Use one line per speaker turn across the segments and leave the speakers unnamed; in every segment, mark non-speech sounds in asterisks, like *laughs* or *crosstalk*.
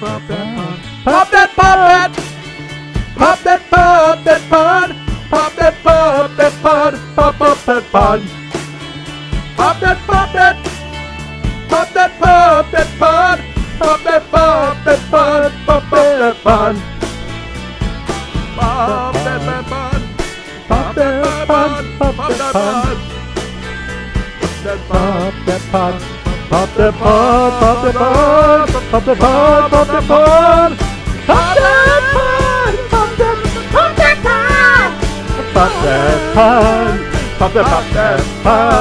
Pop that pod! Pop that pod! That pod! Pop that pod! That pod! Pop pop that pod! Pop that pop that! Pop that pop that pod! Pop that pop that pod! Pop pop that pod! Pop that that pod! Pop that pod! Pop that pod! That pod! That pod! Pop that pod! Pop that pod! Pop that pod! Pop that pod! Pop that pod! Pop that pop that pod! Pop that pod! Pop that pop that pod! Pop that pod!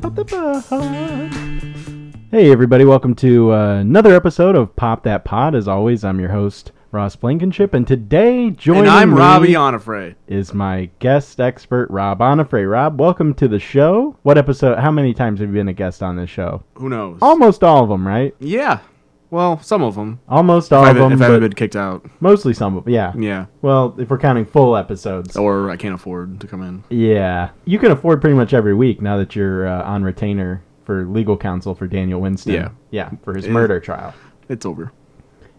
Pop that pod!
Hey, everybody, welcome to uh, another episode of Pop That Pod. As always, I'm your host, Ross Blankenship, and today joining
And I'm
me
Robbie Onifray.
is my guest expert, Rob Onifray. Rob, welcome to the show. What episode, how many times have you been a guest on this show?
Who knows?
Almost all of them, right?
yeah. Well, some of them.
Almost all
If I
of
haven't-
them,
if I haven't
but
been Mm. kicked out,
mostly some of them, yeah.
yeah.
Well, if we're counting full episodes.
Or I can't afford to come in.
Yeah. You can afford pretty much every week now that you're uh, on retainer for legal counsel for Daniel Winston.
Yeah.
Yeah, for his
It-
murder trial.
It's over.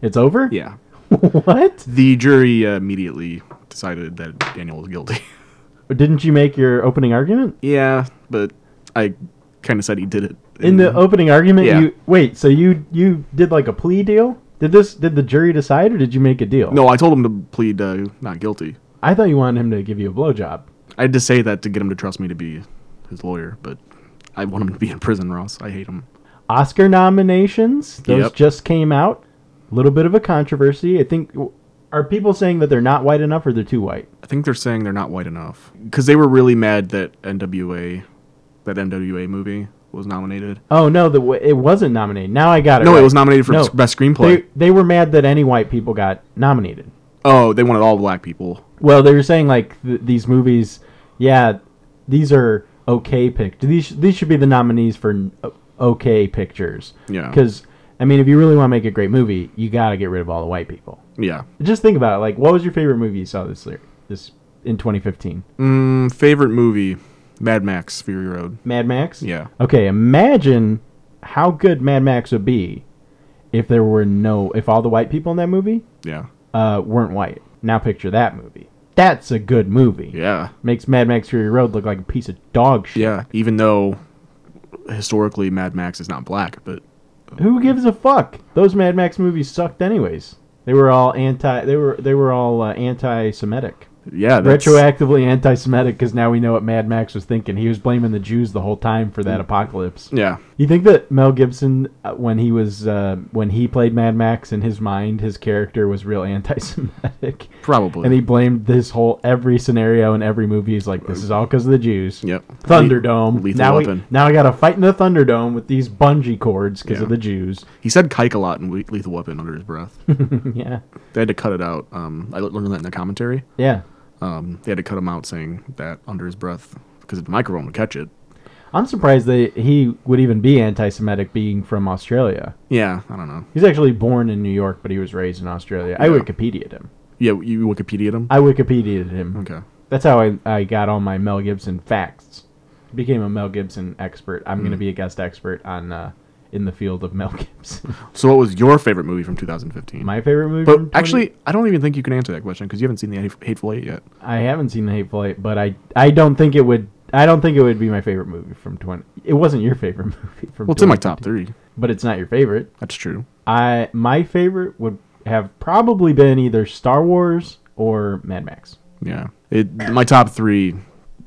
It's over?
Yeah.
*laughs* what?
The jury uh, immediately decided that Daniel was guilty. *laughs*
Didn't you make your opening argument?
yeah, but I kind of said he did it.
In the opening argument,
Mm-hmm. Yeah.
you wait. So you you did like a plea deal? Did this? Did the jury decide, or did you make a deal?
no, I told him to plead uh, not guilty.
I thought you wanted him to give you a blowjob.
I had to say that to get him to trust me to be his lawyer, but I want him to be in prison, Ross. I hate him.
Oscar nominations. Those
Yep.
just came out. A little bit of a controversy. I think. Are people saying that they're not white enough, or they're too white?
I think they're saying they're not white enough because they were really mad that NWA, that NWA movie was nominated.
Oh no, the w- it wasn't nominated. Now I got it.
No,
right.
it was nominated for
No.
best screenplay.
They they were mad that any white people got nominated.
oh, they wanted all black people.
Well, they were saying like th- these movies, yeah, these are okay pick. These these should be the nominees for n- o- okay pictures.
Yeah.
Because I mean, if you really want to make a great movie, you got to get rid of all the white people.
Yeah.
Just think about it. Like, what was your favorite movie you saw this year? This in 2015,
Mm, favorite movie, Mad Max: Fury Road.
Mad Max.
Yeah.
Okay, imagine how good Mad Max would be if there were no if all the white people in that movie
Yeah.
uh, weren't white. Now picture that movie. That's a good movie.
Yeah.
makes Mad Max Fury Road look like a piece of dog shit.
Yeah. Even though historically Mad Max is not black, but
Who gives a fuck? Those Mad Max movies sucked anyways. They were all anti. They were they were all uh, anti-Semitic,
yeah, that's,
retroactively anti-Semitic because now we know what Mad Max was thinking. He was blaming the Jews the whole time for
Mm.
that apocalypse.
Yeah.
You think that Mel Gibson, uh, when he was uh, when he played Mad Max in his mind, his character was real
*laughs*
anti-Semitic,
Probably.
and he blamed this whole every scenario in every movie. He's like, this is all because of the Jews.
Yep.
Thunderdome.
Lethal
now We,
Weapon.
now I got to fight in the Thunderdome with these bungee cords because
Yeah.
of the Jews. *laughs*
He said "kike" a lot in Le- Lethal Weapon under his breath.
Hmm. yeah.
they had to cut it out. Um, I learned that in the commentary.
Yeah.
Um, they had to cut him out saying that under his breath because the microphone would catch it.
I'm surprised that he would even be anti-Semitic, being from Australia.
Yeah, I don't know.
He's actually born in New York, but he was raised in Australia. I
Yeah.
Wikipedia'd him.
Yeah, you Wikipedia him.
I Wikipedia'd him.
okay.
That's how I, I got all my Mel Gibson facts. Became a Mel Gibson expert. I'm
Hmm.
going to be a guest expert on uh, in the field of Mel *laughs* Gibson.
So, what was your favorite movie from 2015?
my favorite movie.
but
from 20
actually, I don't even think you can answer that question because you haven't seen the Hatef- Hateful Eight yet.
I haven't seen The Hateful Eight, but I I don't think it would. I don't think it would be my favorite movie from twenty. It wasn't your favorite *laughs* movie from.
Well, it's in my
20.
top three.
but it's not your favorite.
That's true.
I my favorite would have probably been either Star Wars or Mad Max.
Yeah. It my top three: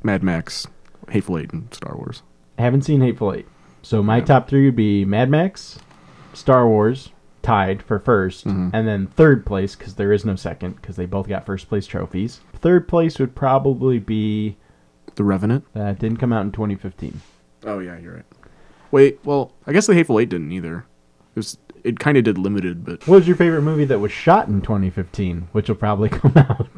Mad Max, Hateful Eight, and Star Wars.
I haven't seen Hateful Eight, so my top three would be Mad Max, Star Wars, tied for 1st
Mm-hmm.
and then third place because there is no second because they both got first place trophies. Third place would probably be
The Revenant.
uh, it didn't come out in 2015.
Oh yeah, you're right. Wait, well, I guess the Hateful Eight didn't either. It was it kind of did limited, but
What was your favorite movie that was shot in 2015, which will probably *laughs* come out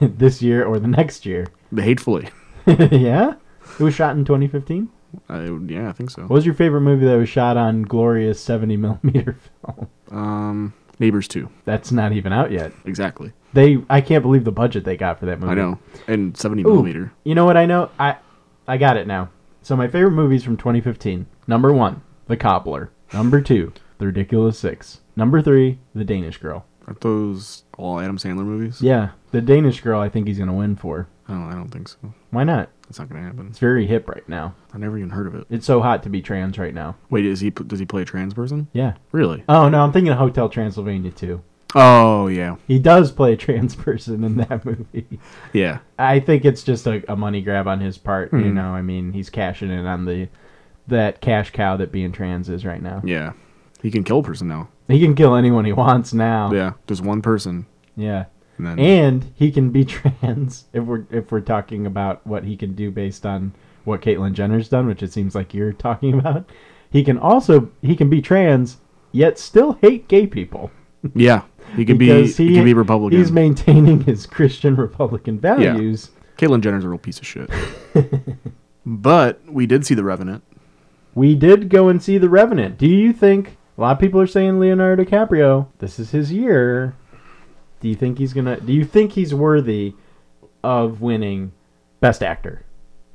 this year *laughs* or the next year?
the Hateful Eight. *laughs*
yeah? It was shot in 2015?
I, yeah, I think so.
What was your favorite movie that was shot on glorious 70 millimeter *laughs* film?
Um, Neighbors two,
That's not even out yet.
exactly.
They, I can't believe the budget they got for that movie.
I know, and seventy
Ooh,
millimeter.
You know what I know? I, I got it now. So my favorite movies from 2015. Number one, The Cobbler. Number two, The Ridiculous Six. Number three, The Danish Girl.
Aren't those all Adam Sandler movies?
Yeah, The Danish Girl. I think he's gonna win for.
Oh, I don't think so.
Why not?
That's not gonna happen.
It's very hip right now.
I never even heard of it.
It's so hot to be trans right now.
Wait, is he does he play a trans person?
Yeah.
Really?
Oh no, I'm thinking of Hotel Transylvania too.
Oh yeah,
He does play a trans *laughs* person in that movie.
yeah.
I think it's just a, a money grab on his part. You know, I mean, he's cashing in on the that cash cow that being trans is right now.
Yeah. He can kill a person now.
He can kill anyone he wants now.
Yeah. Just one person.
Yeah.
And then
And he can be *laughs* trans if we're if we're talking about what he can do based on what Caitlyn Jenner's done, which it seems like you're *laughs* talking about. He can also he can be trans yet still hate gay people.
Yeah. He can be
because
he, can be Republican.
He's maintaining his Christian Republican values.
Caitlyn Jenner's a real piece of *laughs* shit. but we did see the Revenant.
We did go and see The Revenant. Do you think a lot of people are saying Leonardo DiCaprio, this is his year. Do you think he's gonna do you think he's worthy of winning Best Actor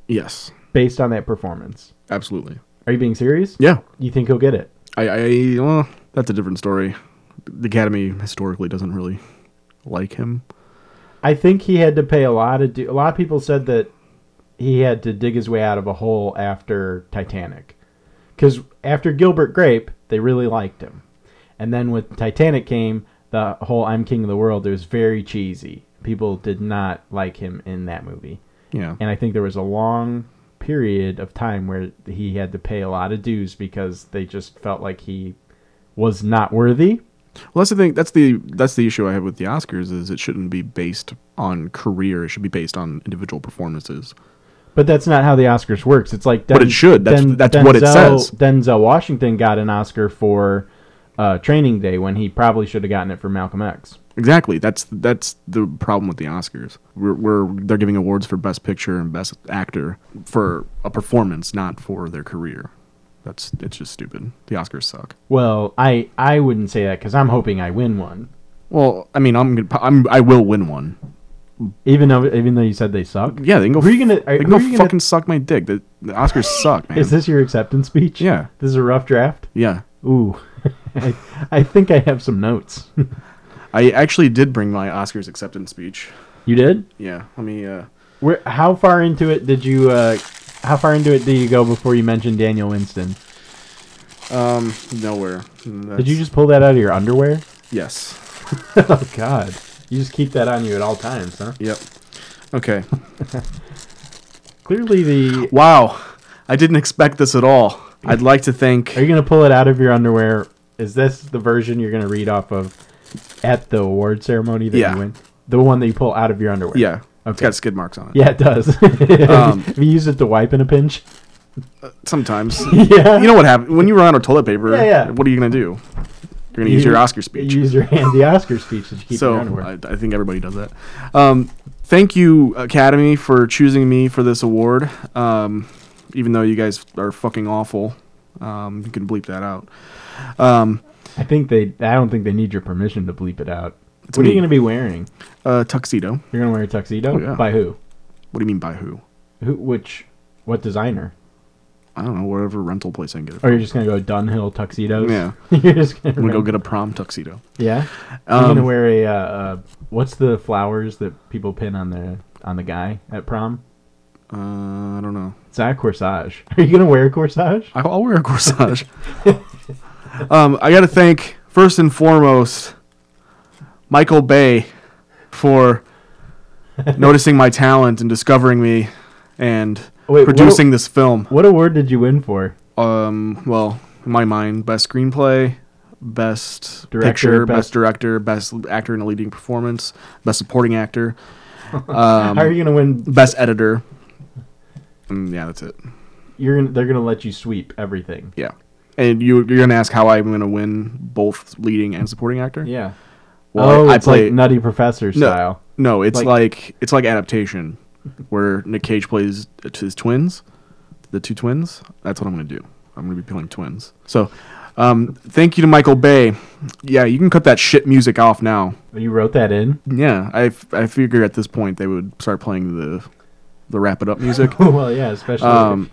Yes.
based on that performance?
Absolutely.
Are you being serious?
Yeah.
You think he'll get it?
I, I well, that's a different story. The Academy historically doesn't really like him.
I think he had to pay a lot of. Do- a lot of people said that he had to dig his way out of a hole after Titanic, because after Gilbert Grape, they really liked him, and then with Titanic came the whole "I'm King of the World." It was very cheesy. People did not like him in that movie,
Yeah.
and I think there was a long period of time where he had to pay a lot of dues because they just felt like he was not worthy.
Well, that's the thing. That's the that's the issue I have with the Oscars is it shouldn't be based on career. It should be based on individual performances.
But that's not how the Oscars works. It's like
But it should. That's- that's what it says.
Denzel Washington got an Oscar for uh, Training Day when he probably should have gotten it for Malcolm X.
Exactly. That's that's the problem with the Oscars. We're, we're they're giving awards for best picture and best actor for a performance, not for their career. That's it's just stupid. The Oscars suck.
Well, I I wouldn't say that because I'm hoping I win one.
Well, I mean, I'm gonna, I'm I will win one.
Even though even though you said they suck.
Yeah, they can go.
Who are you gonna- are-
they can
who
go
are you gonna-
fucking suck my dick. The, the Oscars suck, man.
Is this your acceptance speech?
Yeah.
This is a rough draft.
yeah,
Ooh, *laughs* I, I think I have some notes. *laughs*
I actually did bring my Oscars acceptance speech.
you did?
Yeah, let me. uh
Where? How far into it did you? Uh, how far into it did you go before you mentioned Daniel Winston?
Um, nowhere. That's,
Did you just pull that out of your underwear?
Yes.
*laughs* Oh God! You just keep that on you at all times, huh?
Yep. Okay.
Clearly, the
Wow, I didn't expect this at all. I'd like to thank.
are you gonna pull it out of your underwear? Is this the version you're gonna read off of at the award ceremony that
Yeah.
you win? The one that you pull out of your underwear.
Yeah. It's
Okay.
got skid marks on it.
Yeah, it does. *laughs*
Um,
Have you used it to wipe in a pinch? *laughs*
Sometimes.
Yeah.
You know what happens when you run out of toilet paper?
Yeah, yeah.
What are you gonna do? You're gonna use
You-
your Oscar speech.
You use your handy Oscar speech that you keep in
so
your underwear.
I, I think everybody does that. Um, thank you, Academy, for choosing me for this award. Um, even though you guys are fucking awful, um, you can bleep that out. Um,
I think they. I don't think they need your permission to bleep it out.
It's
what are
me.
you gonna be wearing?
uh, tuxedo.
You're gonna wear a tuxedo
Oh, yeah.
by who?
What do you mean by who?
Who? Which? What designer?
I don't know. Whatever rental place I can get it.
Or you're just gonna go Dunhill tuxedos?
Yeah.
*laughs* you're just gonna,
I'm gonna
rent-
go get a prom tuxedo.
Yeah. I'm
Um,
gonna wear a uh, uh, what's the flowers that people pin on the on the guy at prom?
Uh, I don't know.
It's not a corsage. *laughs* Are you gonna wear a corsage?
I- I'll wear a corsage. *laughs* um, I got to thank first and foremost Michael Bay for noticing my talent and discovering me and
Wait, what
producing this film.
What award did you win for?
Um, well, in my mind, best screenplay, best
Director,
picture, best,
best-
director, best actor in a leading performance, best supporting actor, Um,
How are you gonna win?
best editor. And yeah, that's it.
You're gonna, they're gonna let you sweep everything.
Yeah. And you, you're gonna ask how I'm gonna win both leading and supporting actor?
Yeah.
Well,
oh,
I, I
it's
play
like Nutty Professor
no,
style.
no. It's
like-
like, it's like adaptation, where Nick Cage plays t- his twins. the two twins. That's what I'm going to do. I'm going to be playing twins. So, um, thank you to Michael Bay. Yeah, you can cut that shit music off now.
You wrote that in? *laughs*
Yeah, I, f- I figure at this point they would start playing the the wrap it up
*laughs*
music.
well, yeah, especially
Um,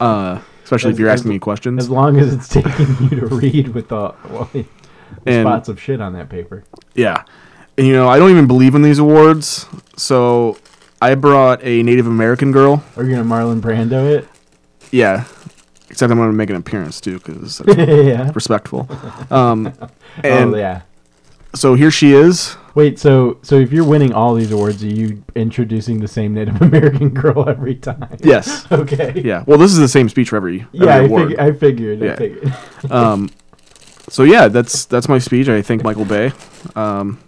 uh, especially if
As-
you're
as-
asking me
as
questions.
long as it's taking you to read with the *laughs* well, the
And-
spots of shit on that paper.
Yeah. And, you know, I don't even believe in these awards. So I brought a Native American girl.
Are you gonna Marlon Brando it? *laughs*
Yeah. Except I'm going to make an appearance too because
*laughs* yeah.
respectful. Um, and
oh yeah.
so here she is.
Wait, so so if you're winning all these awards, are you introducing the same Native *laughs* American girl every time?
Yes.
*laughs* Okay.
Yeah. Well, this is the same speech for every, every
Yeah, I,
award.
fig- I figured. I
Yeah.
figured. *laughs*
um, so yeah, that's that's my speech. I thank Michael Bay. Um,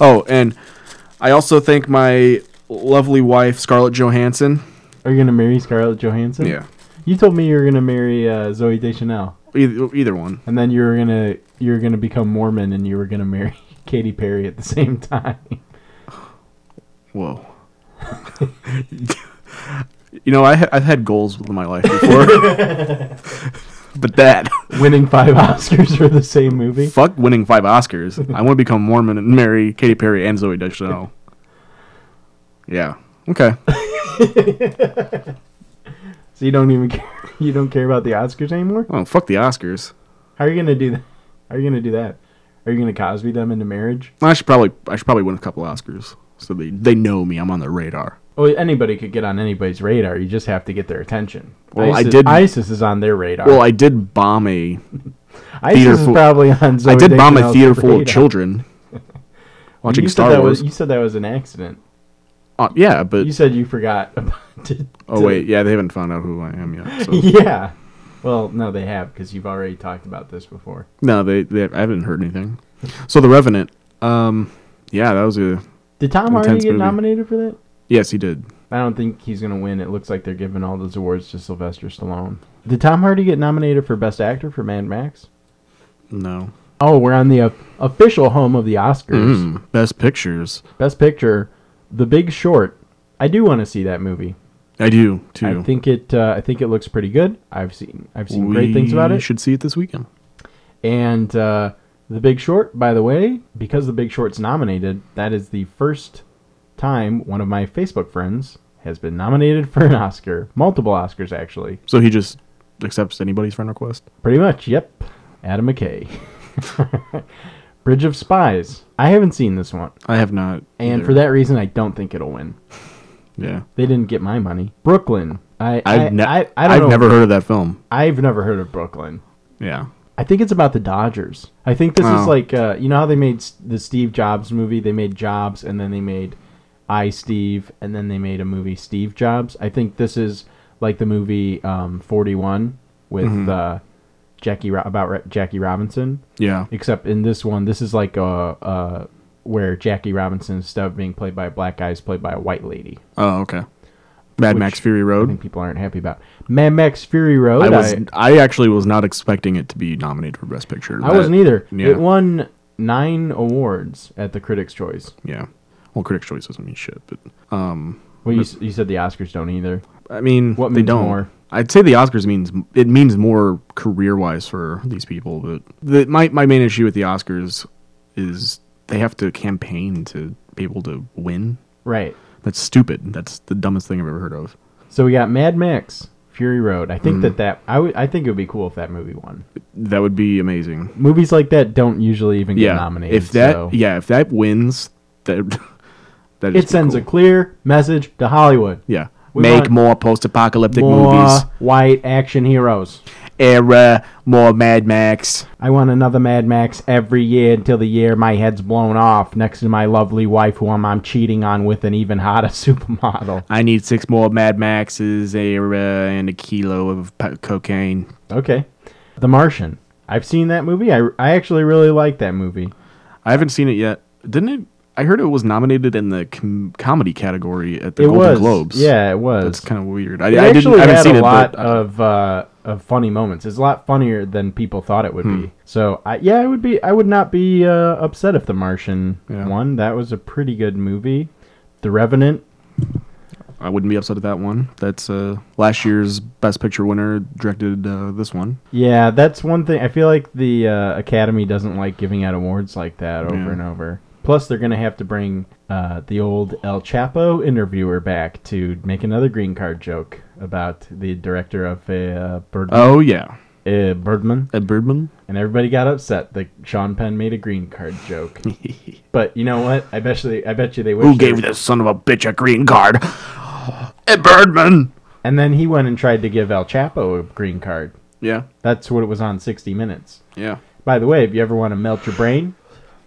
oh, and I also thank my lovely wife Scarlett Johansson.
Are you gonna marry Scarlett Johansson?
Yeah,
You told me you were gonna marry uh, Zoe Deschanel,
either, either one.
and then you were gonna you were gonna become Mormon, and you were gonna marry *laughs* Katy Perry at the same time. *laughs*
Whoa. *laughs* you know, I ha- I've had goals with my life
*laughs*
before, but that
Winning five *laughs* Oscars for the same movie.
fuck winning five Oscars. I want to become Mormon and marry Katy Perry and Zoe Deschanel. Yeah. Okay.
So you don't even *laughs* care, you don't care about the Oscars anymore.
Oh, fuck the Oscars.
How are you gonna do that? How are you gonna do that? Are you gonna Cosby them into marriage?
I should probably I should probably win a couple Oscars so they they know me. I'm on their radar.
Well, anybody could get on anybody's radar. You just have to get their attention.
Well, I
ISIS,
did-
ISIS is on their radar.
Well, I did bomb a theater
ISIS is
full-
probably on.
I
Zoe
did bomb a
Deschanel's
theater full
radar.
of children *laughs* watching
you said
Star
that
Wars.
Was, you said that was an accident.
Uh, yeah, but
You said you forgot *laughs* about. To,
oh
to-
wait, yeah, they haven't found out who I am
*laughs*
yet. So.
Yeah. Well, no, they have because you've already talked about this before.
No, they, they I haven't heard anything. So the Revenant, um, yeah, that was a
Did Tom Hardy
Intense
get
movie.
nominated for that?
yes, he did.
I don't think he's gonna win. It looks like they're giving all those awards to Sylvester Stallone. Did Tom Hardy get nominated for Best Actor for Mad Max?
No,
Oh, we're on the uh, official home of the Oscars.
Mm, best pictures.
Best Picture, The Big Short. I do want to see that movie.
I do too.
I think it. Uh, I think it looks pretty good. I've seen. I've seen great things about
We
it.
Should see it this weekend.
And uh, The Big Short, by the way, because The Big Short's nominated, that is the first time one of my Facebook friends has been nominated for an Oscar, multiple Oscars actually.
So he just accepts anybody's friend request.
Pretty much, yep. Adam McKay. *laughs* Bridge of Spies. I haven't seen this one,
I have not.
and
either.
for that reason, I don't think it'll win.
yeah,
They didn't get my money. Brooklyn. I I,
I've, ne-
I, I don't
I've
know.
never heard of that film.
I've never heard of Brooklyn.
Yeah,
I think it's about the Dodgers. I think this is
Oh.
like uh, you know how they made s- the Steve Jobs movie. They made Jobs, and then they made I Steve, and then they made a movie Steve Jobs. I think this is like the movie um, Forty One with
Mm-hmm.
uh, Jackie Ro- about Ra- Jackie Robinson.
yeah.
Except in this one, this is like uh uh where Jackie Robinson instead of being played by a black guy is played by a white lady.
Oh, okay. Mad
Which
Max Fury
I
Road.
think people aren't happy about Mad Max Fury Road.
I was. I actually was not expecting it to be nominated for Best Picture.
I
That-
wasn't either.
yeah.
It won nine awards at the Critics' Choice.
Yeah. Well, Critics' Choice doesn't mean shit, but um,
Well, you, s- you said the Oscars don't either.
I mean,
What
they
means
don't.
more?
I'd say the Oscars means it means more career wise for these people, but the, my my main issue with the Oscars is they have to campaign to be able to win.
Right.
That's stupid. That's the dumbest thing I've ever heard of.
So we got Mad Max Fury Road. I think
Mm-hmm.
that that I would I think it would be cool if that movie won.
That would be amazing.
Movies like that don't usually even get
Yeah.
nominated.
if that
so.
yeah, if that wins, that *laughs* that
it sends a clear message to Hollywood.
yeah.
we
Make
want
more post-apocalyptic
More
movies.
white action heroes.
Era more Mad Max.
I want another Mad Max every year until the year my head's blown off next to my lovely wife, who I'm, I'm cheating on with an even hotter *laughs* supermodel.
I need six more Mad Maxes, era, and a kilo of po- cocaine.
Okay. The Martian. I've seen that movie. I, I actually really like that movie.
I haven't seen it yet. Didn't it? I heard it was nominated in the com- comedy category at the
it
Golden
was.
Globes.
Yeah, it was.
that's kind of weird. I,
it
I didn't.
actually
I haven't
had
seen
a
it,
lot
but
of uh, of funny moments. It's a lot funnier than people thought it would
Hmm.
be. So I, yeah, I would be. I would not be uh, upset if The Martian
Yeah.
won. That was a pretty good movie. The Revenant.
I wouldn't be upset at that one. That's uh, last year's Best Picture winner directed uh, this one.
Yeah, that's one thing. I feel like the uh, Academy doesn't like giving out awards like that over
Yeah.
and over. Plus, they're going to have to bring uh, the old El Chapo interviewer back to make another green card joke about the director of uh, Birdman,
Oh yeah,
uh, Birdman.
Ed Birdman.
And everybody got upset that Sean Penn made a green card
*laughs*
joke. but you know what? I bet you they, I bet you they
*laughs*
wish
Who
they-
gave this son of a bitch a green card? *gasps* Ed Birdman.
And then he went and tried to give El Chapo a green card.
Yeah,
That's what it was on 60 Minutes.
yeah.
By the way, if you ever want to melt your brain,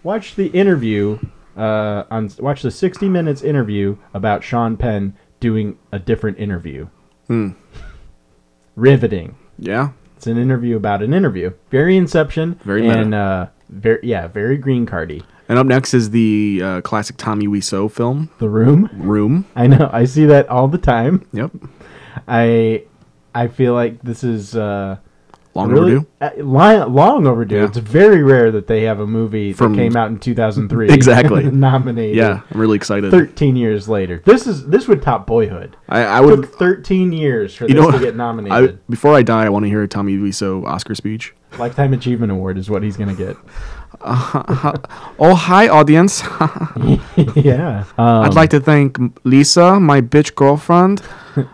watch the interview uh, on watch the 60 minutes interview about Sean Penn doing a different interview.
Hmm.
Riveting.
Yeah.
It's an interview about an interview. Very Inception.
Very meta.
and uh, very yeah, very green cardy.
And up next is the uh, classic Tommy Wiseau film,
The room. *laughs*
Room.
I know. I see that all the time.
Yep.
I I feel like this is. Uh,
Long
really
overdue.
uh, li- long overdue.
Yeah.
It's very rare that they have a movie
From-
that came out in 2003
*laughs* Exactly.
*laughs* nominated.
Yeah, I'm really excited.
13 years later. This is this would top Boyhood.
I, I
It
would.
took 13 years for
You
this
know,
to get
I,
nominated.
before I die, I want to hear a Tommy Wiseau Oscar speech.
Lifetime Achievement Award is what he's
*laughs*
going to
Oh, hi, audience. *laughs*
get. *laughs* yeah. Um,
I'd like to thank Lisa, my bitch girlfriend,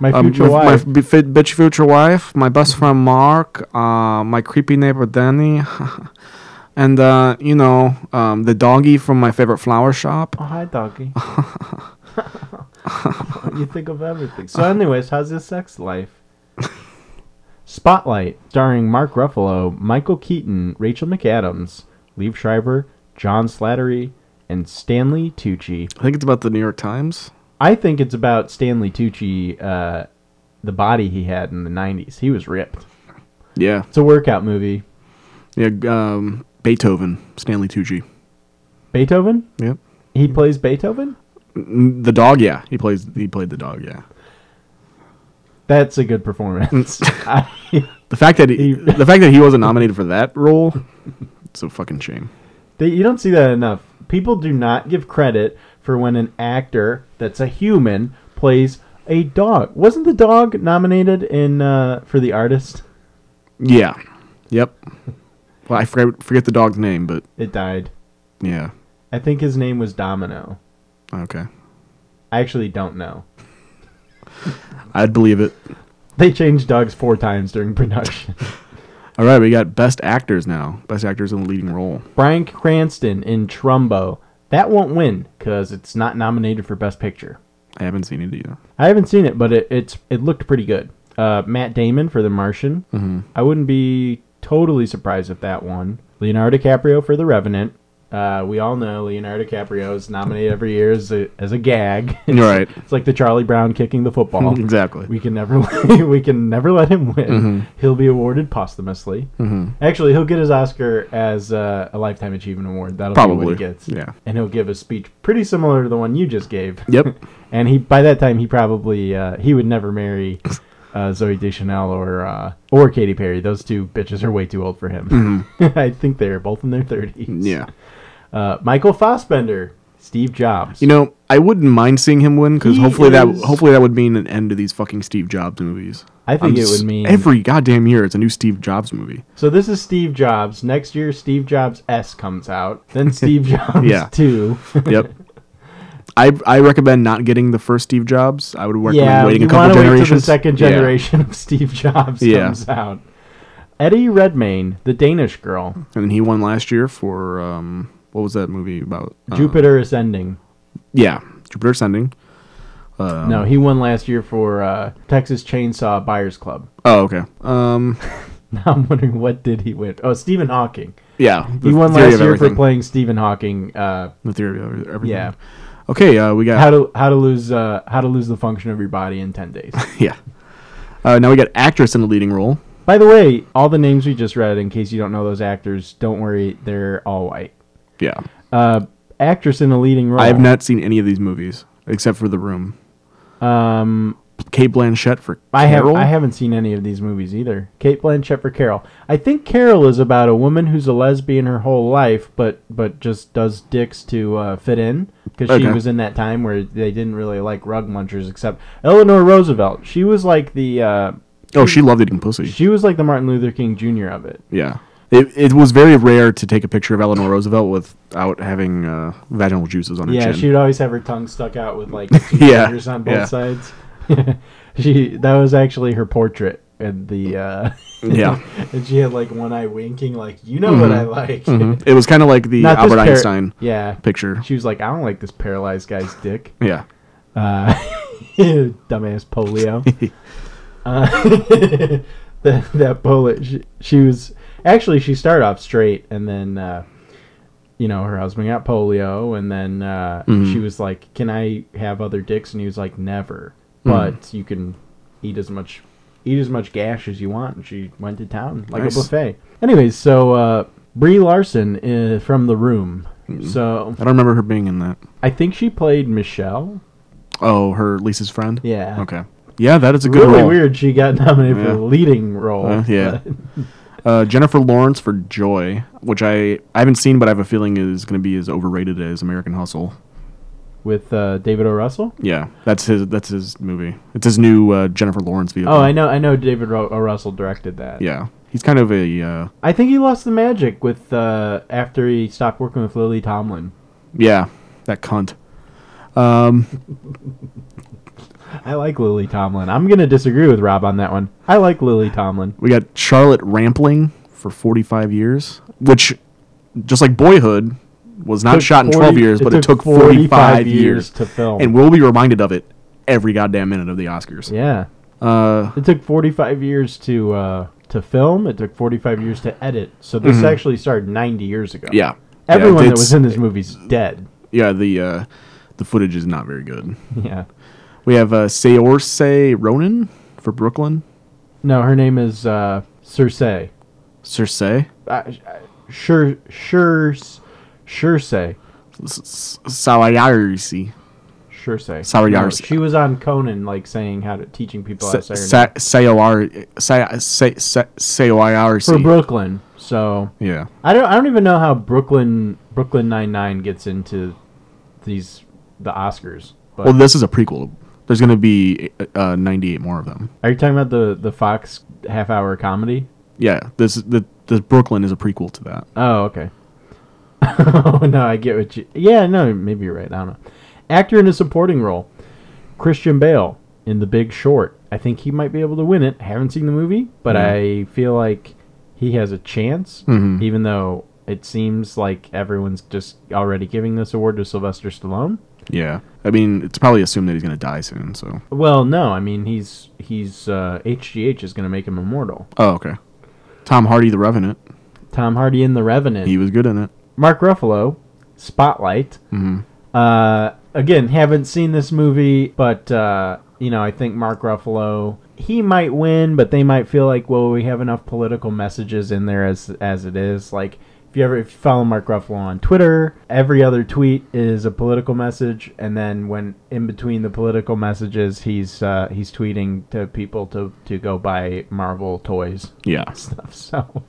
my
um,
future
my-
wife.
my f- bitch future wife, my best friend Mark, uh, my creepy neighbor Danny, *laughs* and uh, you know um, the doggy from my favorite flower shop.
oh,
*laughs*
hi, doggy. *laughs* you think of everything. So, anyways, how's his sex life? Spotlight, starring Mark Ruffalo, Michael Keaton, Rachel McAdams, Liev Schreiber, John Slattery, and Stanley Tucci.
I think it's about the New York Times.
I think it's about Stanley Tucci, uh, the body he had in the 90s. He was ripped.
Yeah,
It's a workout movie.
yeah. Um, Beethoven, Stanley Tucci.
Beethoven?
Yep.
He plays Beethoven?
Mm, The dog, yeah. He plays. He played the dog, yeah.
That's a good performance. *laughs* I,
The fact that he,
*laughs* He-
the fact that he wasn't nominated for that role, it's a fucking shame.
they, you don't see that enough. People do not give credit for when an actor that's a human plays a dog. Wasn't the dog nominated in uh, for the artist?
Yeah. Yep. Well, I forget, forget the dog's name, but
It died.
yeah.
I think his name was Domino.
Okay.
I actually don't know.
I'd believe it.
They changed dogs four times during production.
All right, we got best actors now. Best actors in the leading role.
Brian Cranston in Trumbo. That won't win because it's not nominated for Best Picture.
I haven't seen it either.
I haven't seen it, but it, it's it looked pretty good. Uh, Matt Damon for The Martian. Mm-hmm. I wouldn't be totally surprised if that won. Leonardo DiCaprio for The Revenant. Uh, we all know Leonardo DiCaprio is nominated every year as a, as a gag. *laughs*
You're right.
it's like the Charlie Brown kicking
*laughs*
the football.
Exactly.
We can never *laughs* we can never let him win.
Mm-hmm.
He'll be awarded posthumously. Actually, he'll get his Oscar as uh, a lifetime achievement award. That'll be
Probably.
what he gets.
Yeah.
and he'll give a speech pretty similar to the one you just gave.
Yep.
*laughs* and he by that time he probably uh, he would
*laughs*
never marry uh, Zoe Deschanel or uh, or Katy Perry. Those two bitches are way too old for him. *laughs* I think they're both in their thirties.
Mm-hmm. Yeah.
Uh, Michael Fassbender, Steve Jobs.
You know, I wouldn't mind seeing him win because
He
hopefully that
is-
hopefully that would mean an end to these fucking Steve Jobs movies.
I think it
s-
would mean-
every goddamn year it's a new Steve Jobs movie.
So this is Steve Jobs. Next year, Steve Jobs S comes out.
*laughs*
Then Steve Jobs
Yeah.
Two.
Yep. I I recommend not getting the first Steve Jobs. I would
*laughs*
recommend
yeah,
waiting
you
a couple
want to wait
generations.
till the second
Yeah.
generation of Steve Jobs
Yeah.
comes out. Eddie Redmayne, the Danish girl,
And then he won last year for um what was that movie about? Uh,
Jupiter Ascending.
Yeah, Jupiter Ascending. Oh.
no, he won last year for uh, Texas Chainsaw Buyers Club. *laughs*
Oh, okay. Um,
Now I'm wondering what did he win? Oh, Stephen Hawking.
yeah.
He
the
won
theory
last
of
year for
everything.
playing Stephen Hawking. Uh,
The theory of everything.
yeah,
Okay. Uh, we got.
how to how to lose uh, how to lose the function of your body in ten days.
*laughs* yeah. Uh, now we got actress in the leading role.
By the way, all the names we just read, in case you don't know those actors, don't worry, they're all white.
Yeah.
Uh, actress in a leading role.
I have not seen any of these movies except for The Room.
Um,
Kate Blanchett for
I have
Carol?
I haven't seen any of these movies either. Kate Blanchett for Carol. I think Carol is about a woman who's a lesbian her whole life, but but just does dicks to uh, fit in because she
Okay.
was in that time where they didn't really like rug munchers. Except Eleanor Roosevelt. She was like the uh,
Oh, she loved eating pussy.
she was like the Martin Luther King Jr. of it.
Yeah. It, it was very rare to take a picture of Eleanor Roosevelt without having uh, vaginal juices on her
Yeah,
chin.
she would always have her tongue stuck out
*laughs*
with like two
Yeah,
fingers on both
yeah.
sides. *laughs* she that was actually her portrait and the uh,
*laughs* Yeah.
*laughs* and she had like one eye winking like you know what I like.
Mhm. It was kind of like the
*laughs* Not this
Albert
par-
Einstein
Yeah,
picture.
she was like, I don't like this paralyzed guy's dick.
Yeah.
Uh, *laughs* dumbass polio. uh, *laughs* that that bullet. She, she was actually she started off straight, and then uh, you know her husband got polio, and then uh, she was like, "Can I have other dicks?" And he was like, "Never, but you can eat as much." Eat as much gash as you want, and she went to town like
Nice.
a buffet. Anyways, so uh, Brie Larson uh, from The Room. So
I don't remember her being in that.
I think she played Michelle.
Oh, her Lisa's friend?
Yeah.
Okay. Yeah, that is a good
Really
role.
weird. She got nominated for
Yeah.
the leading role.
Uh, yeah. Uh, Jennifer Lawrence for Joy, which I, I haven't seen, but I have a feeling is going to be as overrated as American Hustle.
*laughs* With uh, David O. Russell.
Yeah, that's his. That's his movie. It's his new uh, Jennifer Lawrence vehicle.
Oh, I know. I know. David Ro- O. Russell directed that.
Yeah, he's kind of a. Uh,
I think he lost the magic with uh, after he stopped working with Lily Tomlin.
yeah, that cunt.
I like Lily Tomlin. I'm gonna disagree with Rob on that one. I like Lily Tomlin.
We got Charlotte Rampling for 45 years, which, just like Boyhood, was not
Took
shot in 12
40
years, but it took 45, years.
to film.
and we'll be reminded of it every goddamn minute of the Oscars.
yeah,
Uh,
it took 45 years to uh, to film. It took 45 years to edit. So this actually started 90 years ago.
Mm-hmm. yeah.
Everyone
yeah,
that
it's-
was in this movie's dead. *laughs*
Yeah, the uh, the footage is not very good.
Yeah.
We have uh, Sayorse Ronan for Brooklyn.
No, her name is uh, Cersei.
Cersei.
Uh, sure, sure, Cersei.
Sawayarisi.
Cersei.
Sorry,
No,
Yars-
She was on Conan, like saying how to teaching people how to say her name. for
Sayarisi.
Brooklyn. So
Yeah.
I don't, I don't even know how Brooklyn, Brooklyn Nine Nine gets into these the Oscars. But
Well, this is a prequel. There's going to be uh, 98 more of them.
are you talking about the the Fox half hour comedy?
Yeah, this the this Brooklyn is a prequel to that.
Oh, okay. *laughs* oh no, I get what you. Yeah, no, maybe you're right. I don't know. Actor in a supporting role, Christian Bale in The Big Short. I think he might be able to win it. Haven't seen the movie, but I feel like he has a chance.
Hmm.
Even though it seems like everyone's just already giving this award to Sylvester Stallone.
Yeah, I mean it's probably assumed that he's going to die soon. So.
Well, no, I mean he's he's uh, HGH is going to make him immortal.
Oh, okay. Tom Hardy, The Revenant.
Tom Hardy in The Revenant.
He was good in it. Mm-hmm.
Mark Ruffalo, Spotlight. Uh, again, haven't seen this movie, but uh, you know, I think Mark Ruffalo he might win, but they might feel like, well, we have enough political messages in there as as it is. Like, if you ever if you follow Mark Ruffalo on Twitter, every other tweet is a political message, and then when in between the political messages, he's uh, he's tweeting to people to to go buy Marvel toys *laughs*
Yeah.
stuff. So,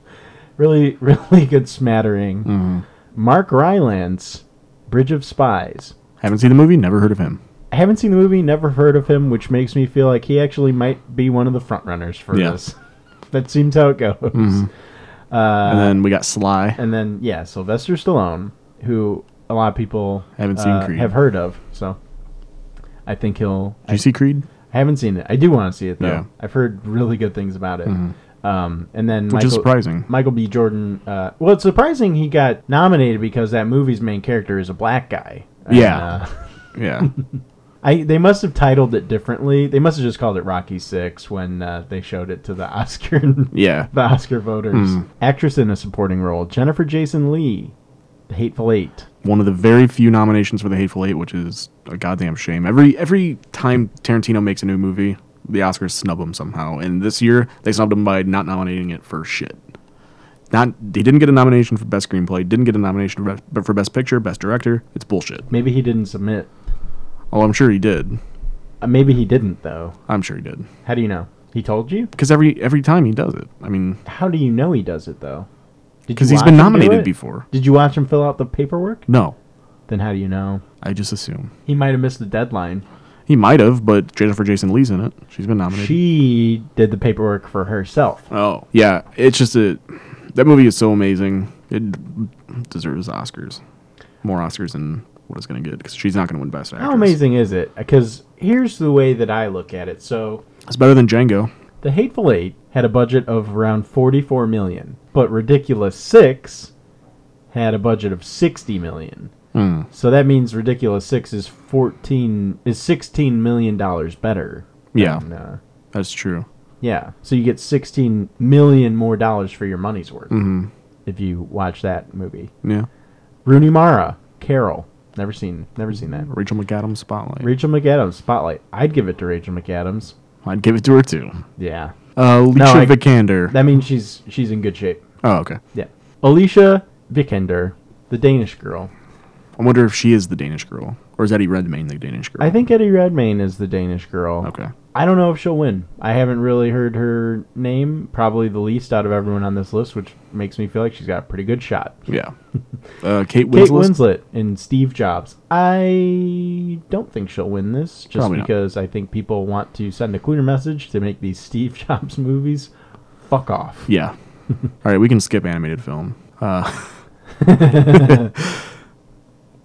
really, *laughs* really good smattering.
Mm-hmm.
Mark Rylance, Bridge of Spies.
Haven't seen the movie. Never heard of him.
I haven't seen the movie, never heard of him, which makes me feel like he actually might be one of the front runners for
Yeah. Mm-hmm.
this. that seems how it goes. Uh,
and then we got Sly.
And then, yeah, Sylvester Stallone, who a lot of people
Haven't seen
uh,
Creed.
have heard of. So, I think he'll.
Did you see Creed?
I haven't seen it. I do want to see it though.
Yeah. Mm-hmm.
I've heard really good things about it. Um, and then
Which
Michael,
is surprising.
Michael B. Jordan. Uh, well, it's surprising he got nominated because that movie's main character is a black guy. And,
Yeah.
uh, *laughs*
Yeah.
I they must have titled it differently. They must have just called it Rocky Six when uh, they showed it to the *laughs* Oscar the
yeah.
Oscar voters.
Hmm.
Actress in a supporting role: Jennifer Jason Lee, The Hateful Eight.
One of the very few nominations for The Hateful Eight, which is a goddamn shame. Every every time Tarantino makes a new movie, the Oscars snub him somehow. And this year, they snubbed him by not nominating it for shit. Not he didn't get a nomination for best screenplay. Didn't get a nomination for best, for best picture, best director. It's bullshit.
Maybe he didn't submit.
Oh, I'm sure he did.
Uh, Maybe he didn't though.
I'm sure he did
How do you know? He told you?
because every every time he does it, I mean,
How do you know he does it though? Did you
because he's
watch
been
him do
nominated
it?
before.
Did you watch him fill out the paperwork?
No,
Then how do you know?
I just assume
He might have missed the deadline.
he might have, but Jennifer Jason Lee's in it. She's been nominated.
She did the paperwork for herself.
oh yeah, it's just a that movie is so amazing. It deserves Oscars, more Oscars than what it's gonna get because she's not gonna win Best Actress.
How amazing is it? Because here's the way that I look at it. So
It's better than Django.
The Hateful Eight had a budget of around 44 million, but Ridiculous Six had a budget of 60 million.
Hmm.
So that means Ridiculous Six is 14 is 16 million dollars better.
Yeah.
than, uh,
That's true.
yeah. So you get 16 million more dollars for your money's worth
Mm.
if you watch that movie.
Mm-hmm, Yeah.
Rooney Mara, Carol. Never seen. Never seen that.
Rachel McAdams spotlight.
Rachel McAdams, Spotlight. I'd give it to Rachel McAdams.
I'd give it to her too.
Yeah.
Uh, Alicia
I-
Vikander.
That means she's she's in good shape.
oh, okay.
Yeah. Alicia Vikander, the Danish girl.
I wonder if she is the Danish girl, or is Eddie Redmayne the Danish girl?
I think Eddie Redmayne is the Danish girl.
Okay.
I don't know if she'll win. I haven't really heard her name, probably the least out of everyone on this list, which makes me feel like she's got a pretty good shot.
Yeah. *laughs* Uh, Kate Winslet.
Kate Winslet and Steve Jobs. I don't think she'll win this just
Probably not.
because I think people want to send a clear message to make these Steve *laughs* Jobs movies fuck off. *laughs*
Yeah. All right, we can skip animated film. Uh,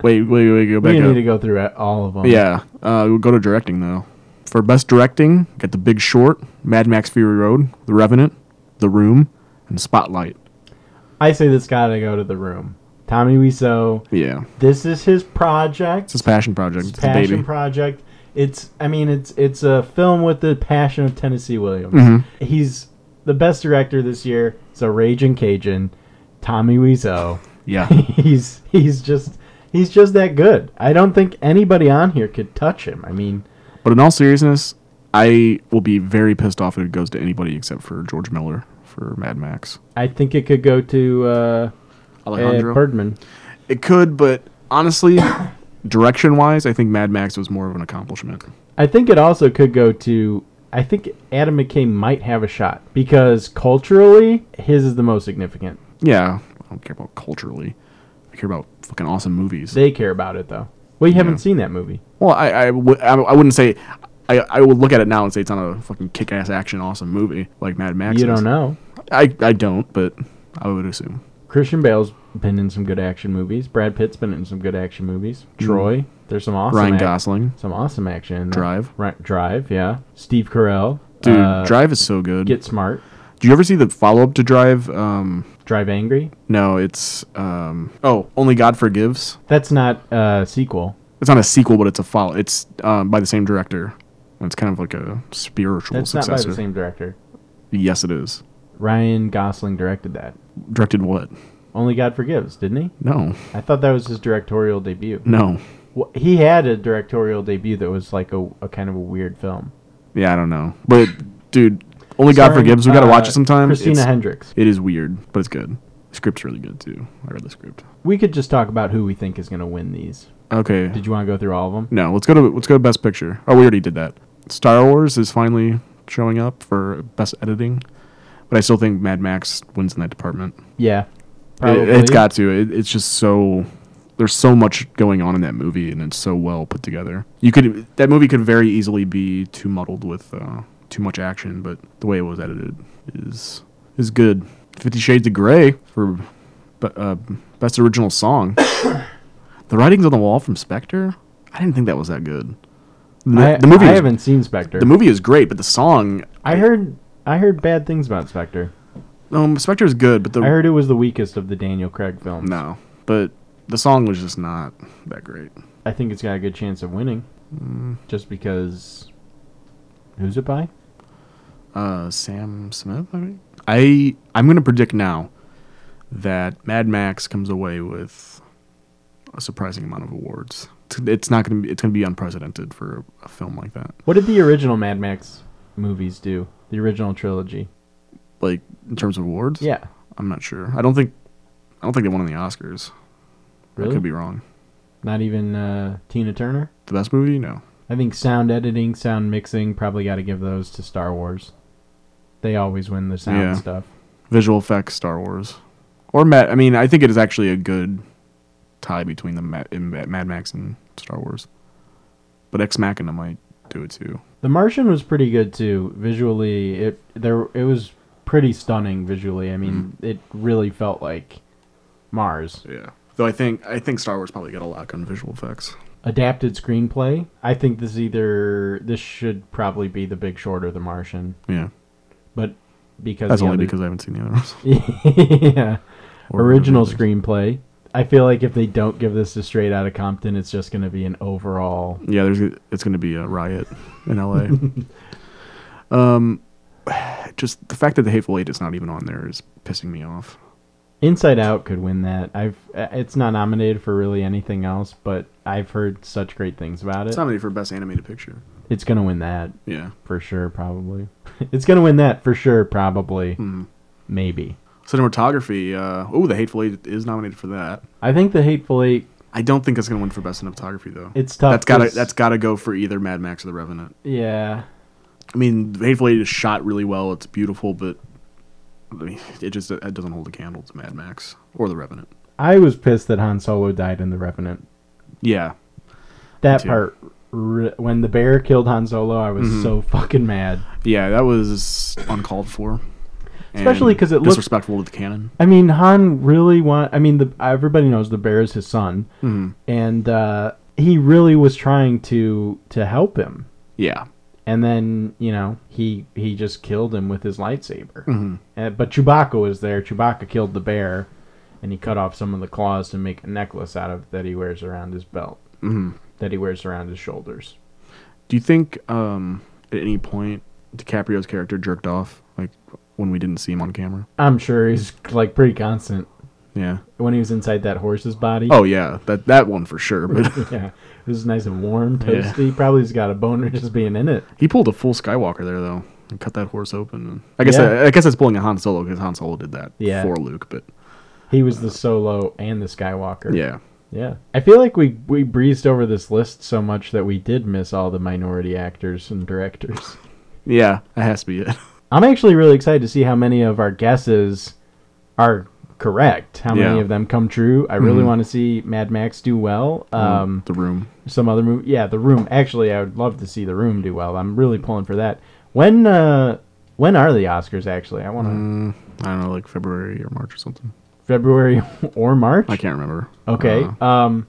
wait, wait, wait, go
We
back
need
up.
to go through e-, all of them.
Yeah. Uh, we'll go to directing though. For best directing, got The Big Short, Mad Max Fury Road, The Revenant, The Room, and Spotlight.
I say this got to go to the room. Tommy Wiseau.
Yeah.
This is his project.
It's his passion project. It's, the
passion
baby.
project. It's I mean it's it's a film with the passion of Tennessee Williams.
Mm-hmm.
He's the best director this year. It's a raging Cajun, Tommy Wiseau. *laughs*
yeah.
he's he's just he's just that good. I don't think anybody on here could touch him. I mean,
But in all seriousness, I will be very pissed off if it goes to anybody except for George Miller for Mad Max.
I think it could go to uh, uh,
Alejandro.
Birdman.
it could, but honestly, *coughs* direction wise, I think Mad Max was more of an accomplishment.
I think it also could go to. I think Adam McKay might have a shot because culturally, his is the most significant.
Yeah, I don't care about culturally. I care about fucking awesome movies.
They care about it though. Well, you haven't seen that movie.
well, I I, w- I I wouldn't say. I, I would look at it now and say it's not a fucking kick-ass action awesome movie like Mad Max.
You
is.
don't know.
I, I don't, but I would assume.
Christian Bale's been in some good action movies. Brad Pitt's been in some good action movies. Troy, there's some awesome
Mm.
Uh,
Ryan
ac-
Gosling,
some awesome action. in that.
Drive.
Ri- Drive, yeah. Steve Carell,
dude,
uh,
Drive is so good.
Get Smart,
Do you ever see the follow-up to Drive? Um,
Drive Angry.
No, it's um oh, Only God Forgives.
That's not a sequel.
It's not a sequel, but it's a follow. It's um, by the same director. And It's kind of like a spiritual
That's not by
successor.
the same director.
Yes, it is.
Ryan Gosling directed that.
Directed what?
Only God Forgives, didn't he?
No,
I thought that was his directorial debut.
no.
Wh- He had a directorial debut that was like a, a kind of a weird film.
Yeah, I don't know. But dude, Only God
Starring,
Forgives. We gotta watch
uh,
it sometime.
Christina
It's-
Hendricks.
it is weird, but it's good. The script's really good too. I read the script.
We could just talk about who we think is going to win these.
Okay.
Did you want to go through all of them?
no, let's go to let's go to Best Picture. Oh, we already did that. Star Wars is finally showing up for Best Editing, but I still think Mad Max wins in that department.
Yeah.
It, it's got to. It, it's just so. There's so much going on in that movie, and it's so well put together. You could that movie could very easily be too muddled with uh, too much action, but the way it was edited is is good. Fifty Shades of Grey for be- uh, best original song. *coughs* the writings on the wall from Spectre. I didn't think that was that good. The,
I,
the movie.
I
is-
haven't seen Spectre.
The movie is great, but the song.
I heard I heard bad things about Spectre.
Um, Spectre is good, but the
I heard it was the weakest of the Daniel Craig films.
no, but the song was just not that great.
I think it's got a good chance of winning. Just because who's it by?
uh, Sam Smith. I mean, I I'm gonna predict now that Mad Max comes away with a surprising amount of awards. It's- It's not gonna be it's gonna be unprecedented for a, a film like that.
What did the original Mad Max movies do? The original trilogy.
Like in terms of awards,
Yeah.
I'm not sure. I don't think I don't think they won any Oscars. I
Really?
could be wrong.
Not even uh, Tina Turner?
The best movie? No.
I think sound editing, sound mixing, probably got to give those to Star Wars. They always win the sound
Yeah.
stuff.
Visual effects, Star Wars, or Mad. I mean, I think it is actually a good tie between the Mad, Mad Max and Star Wars. But Ex Machina might do it too.
The Martian was pretty good too. Visually, it there it was pretty stunning visually. I mean,
Mm-hmm.
it really felt like Mars.
Yeah. Though I think I think Star Wars probably got a lock on visual effects.
Adapted screenplay. I think this either this should probably be The Big Short or The Martian,
Yeah.
but because
That's
the
only
other-
because I haven't seen the others.
*laughs* yeah.
*laughs* Or
original
movies.
screenplay. I feel like if they don't give this to Straight Outta Compton, it's just going to be an overall.
Yeah, there's it's going to be a riot in LA. um, just the fact that the Hateful Eight is not even on there is pissing me off.
Inside Out could win that. I've uh, it's not nominated for really anything else, but I've heard such great things about it.
It's nominated for Best Animated Picture.
It's going to win that
Yeah.
for sure, probably. *laughs* it's going to win that for sure, probably.
Hmm.
Maybe.
Mm-hmm. Cinematography. Uh, oh, the Hateful Eight is nominated for that.
I think the Hateful Eight.
I don't think it's going to win for Best Cinematography though.
It's tough
That's got to
'cause-
that's got to go for either Mad Max or The Revenant.
Yeah,
I mean, the Hateful Eight is shot really well. It's beautiful, but I mean, it just it doesn't hold a candle to Mad Max or The Revenant.
I was pissed that Han Solo died in The Revenant.
Yeah.
That
too. Mm-hmm.
part, re- when the bear killed Han Solo, I was so fucking mad.
Yeah, that was uncalled for.
Especially 'cause it
and
looked-
disrespectful to the canon.
I mean, Han really want. I mean, the everybody knows the bear is his son,
Mm-hmm.
and uh, he really was trying to to help him.
Yeah,
And then you know he he just killed him with his lightsaber.
Mm-hmm.
Uh, but Chewbacca was there. Chewbacca killed the bear, and he cut off some of the claws to make a necklace out of that he wears around his belt, mm-hmm. that he wears around his shoulders.
Do you think um, at any point DiCaprio's character jerked off, like when we didn't see him on camera?
I'm sure he's like pretty constant
Yeah.
when he was inside that horse's body.
Oh yeah, that that one for sure. But *laughs*
*laughs* Yeah, it was nice and warm,
Yeah.
toasty. Probably has got a boner just being in it.
he pulled a full Skywalker there though, and cut that horse open. I guess
Yeah.
I, I guess that's pulling a Han Solo because Han Solo did that
Yeah.
for Luke. But
He was the Solo and the Skywalker.
yeah,
Yeah. I feel like we we breezed over this list so much that we did miss all the minority actors and directors.
yeah, that has to be it.
I'm actually really excited to see how many of our guesses are correct. How many
Yeah. Mm-hmm.
of them come true? I really want to see Mad Max do well. Um,
the room.
some other movie. Yeah, The Room. Actually, I would love to see The Room do well. I'm really pulling for that. When uh when are the Oscars actually? I want to
Mm, I don't know, like February or March or something.
February *laughs* or March.
I can't remember.
Okay.
Uh,
um,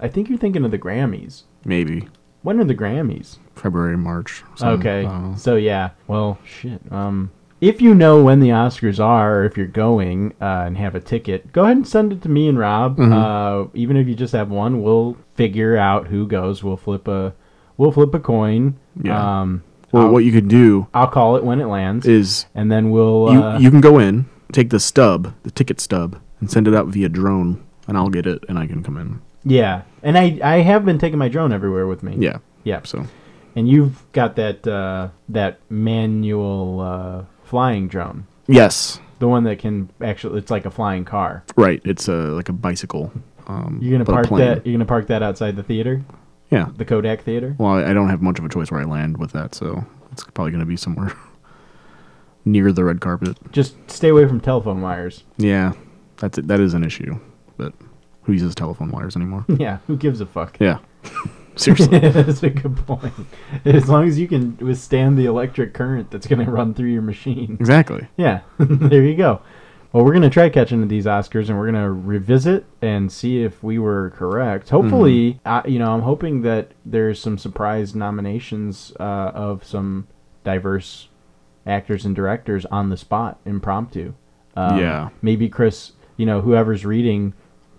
I think you're thinking of the Grammys.
maybe
When are the Grammys?
February, March. something. I
okay.
don't know.
So yeah. Well, shit. Um, if you know when the Oscars are, or if you're going uh, and have a ticket, go ahead and send it to me and Rob.
Mm-hmm.
Uh, even if you just have one, we'll figure out who goes. We'll flip a, we'll flip a coin.
Yeah.
Um,
Well,
I'll,
what you could do
I'll call it when it lands,
is
and then we'll.
you,
uh,
you can go in, take the stub, the ticket stub, and send it out via drone, and I'll get it, and I can come in.
yeah. And I I have been taking my drone everywhere with me.
Yeah.
Yeah.
So
And you've got that uh, that manual uh, flying drone,
yes,
the one that can actually—it's like a flying car.
right. It's a like a bicycle. Um,
You're gonna
but a
park
plane.
that. You're gonna park that outside the theater,
Yeah.
the Kodak Theater.
Well, I, I don't have much of a choice where I land with that, so it's probably gonna be somewhere *laughs* near the red carpet.
Just stay away from telephone wires. *laughs*
Yeah, that's it. That is an issue, but who uses telephone wires anymore? *laughs*
Yeah, who gives a fuck?
yeah. Seriously.
*laughs* that's a good point. As long as you can withstand the electric current that's gonna run through your machine. *laughs*
Exactly.
Yeah, there you go. Well, we're gonna try catching these Oscars, and we're gonna revisit and see if we were
Mm-hmm.
correct. Hopefully, I, you know, I'm hoping that there's some surprise nominations uh, of some diverse actors and directors on the spot, impromptu. Um,
Yeah.
Maybe Chris, you know, whoever's reading,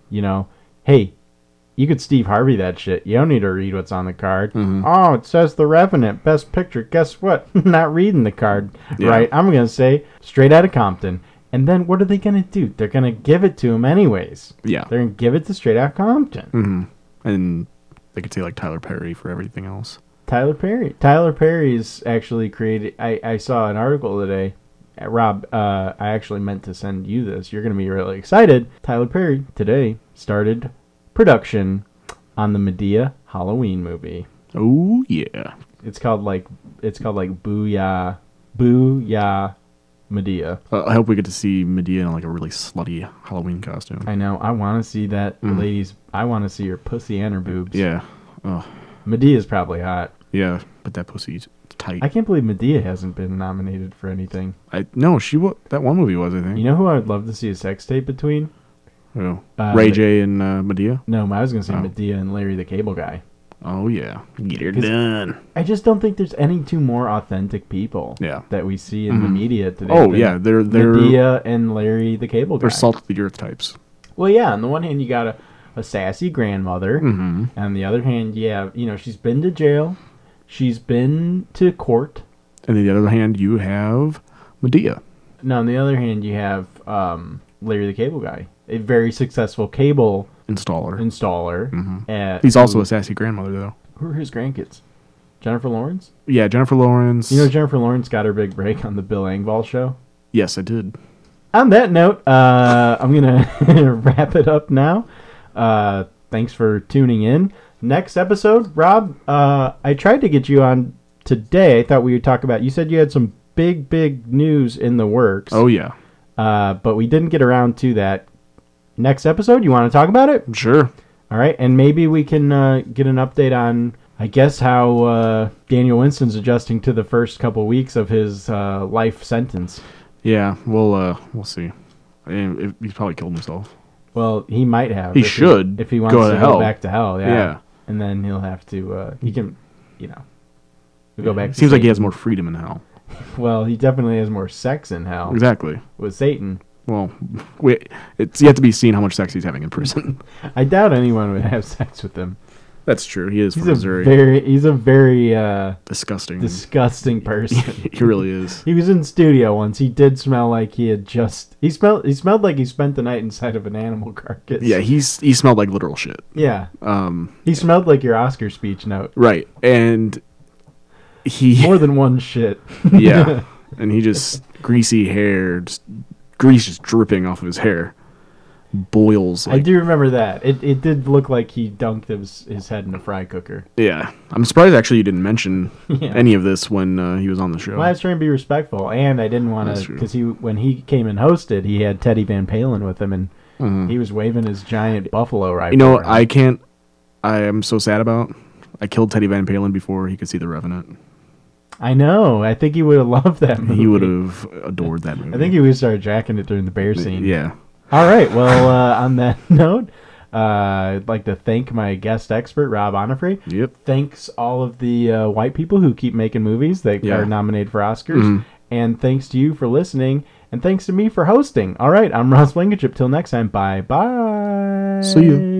you know, hey, you could Steve Harvey that shit. You don't need to read what's on the card. Oh, it says The Revenant, Best Picture. Guess what? *laughs* Not reading the card,
Yeah.
right? I'm gonna say straight out of Compton. And then what are they gonna do? They're gonna give it to him anyways.
Yeah. Mm-hmm.
They're gonna give it to straight out Compton.
And they could say like Tyler Perry for everything else.
Tyler Perry. Tyler Perry's actually created. I, I saw an article today. Uh, Rob, uh, I actually meant to send you this. You're going to be really excited. Tyler Perry today started production on the Medea Halloween movie.
Oh yeah.
It's called like it's called like Booyah Booyah Medea.
Uh, I hope we get to see Medea in like a really slutty Halloween costume.
I know. I want to see that ladies. I want to see her pussy and her boobs.
Yeah. Oh
Medea's probably hot.
yeah. But that pussy's tight.
I can't believe Medea hasn't been nominated for anything.
I no. She wa that one movie was I think.
You know who I would love to see a sex tape between?
Oh.
Uh,
Ray
but-
J and uh, Medea.
No, I was gonna say
Oh.
Medea and Larry the Cable Guy.
Oh yeah. Get her
'Cause-
done.
I just don't think there's any two more authentic people
Yeah.
that we see in the media today.
Oh
than
yeah. They're they're
Medea and Larry the Cable Guy.
they're salt of the earth types.
Well, yeah. On the one hand, you got a, a sassy grandmother,
Mm. Mm-hmm.
and on the other hand, you have you know she's been to jail, she's been to court.
And on the other hand, you have Medea.
Now, on the other hand, you have um, Larry the Cable Guy, a very successful cable
Installer.
installer. At,
Mm-hmm. He's also a sassy grandmother though.
who are his grandkids? Jennifer Lawrence.
Yeah, Jennifer Lawrence.
You know Jennifer Lawrence got her big break on the Bill Engvall show.
yes, I did.
on that note, uh, I'm gonna *laughs* wrap it up now. Uh, thanks for tuning in. Next episode, Rob, uh, I tried to get you on today. I thought we would talk about. You said you had some big, big news in the works.
Oh yeah.
uh, but we didn't get around to that. Next episode, you want to talk about it?
Sure.
All right, and maybe we can uh, get an update on, I guess, how uh, Daniel Winston's adjusting to the first couple weeks of his uh, life sentence.
Yeah, we'll uh, we'll see. I mean, if- he's probably killed himself.
Well, he might have.
He
if
should
if he wants
go to
to, go
hell.
back to hell. Yeah.
Yeah.
And then he'll have to. Uh, he can, you know, he'll go back.
It
to
seems like he
Satan.
has more freedom in hell.
Well, he definitely has more sex in hell
Exactly.
with Satan.
Well, we, it's yet to be seen how much sex he's having in prison. *laughs*
I doubt anyone would have *laughs* sex with him.
That's true. He is
He's
from
a
Missouri. Mm.
very. He's a very uh,
Disgusting. *laughs*
disgusting person.
he really
*laughs*
is.
he was in studio once. He did smell like he had just. He smelled. He smelled like he spent the night inside of an animal *laughs* carcass.
Yeah, he's he smelled like literal shit.
Yeah.
Um,
He smelled like your Oscar speech note.
right, and he
More than one shit. *laughs*
yeah, and he just greasy hair, just grease just dripping off of his hair, boils.
I
Like,
do remember that. It, it did look like he dunked his, his head in a fry cooker.
Yeah, I'm surprised actually you didn't mention
*laughs* Yeah.
any of this when uh, he was on the show.
Well, I was trying to be respectful, and I didn't want
That's
to
true.
because he when he came and hosted, he had Teddy Van Palen with him, and he was waving his giant buffalo rifle.
Mm-hmm. You know,
around.
I can't. I am so sad about. I killed Teddy Van Palen before he could see The Revenant.
I know. I think he would have *laughs* loved that movie.
He would have adored that movie.
I think he would have started jacking it during the bear scene.
Yeah.
All right. Well, uh, on that *laughs* note, uh, I'd like to thank my guest expert Rob Onifrey.
Yep.
thanks all of the uh, white people who keep making movies that
Yeah.
are nominated for Oscars. And thanks to you for listening. And thanks to me for hosting. All right, I'm Ross Blankenship. Till next time, bye bye.
See you.